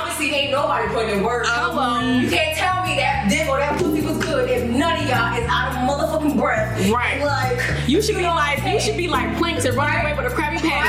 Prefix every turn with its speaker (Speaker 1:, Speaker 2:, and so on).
Speaker 1: Honestly, ain't nobody putting in work.
Speaker 2: I won't.
Speaker 1: You can't tell me that dick or that pussy was good if none of y'all is out of motherfucking breath.
Speaker 2: Right.
Speaker 1: Like
Speaker 2: You should be like you should be like Plankton running away with a Krabby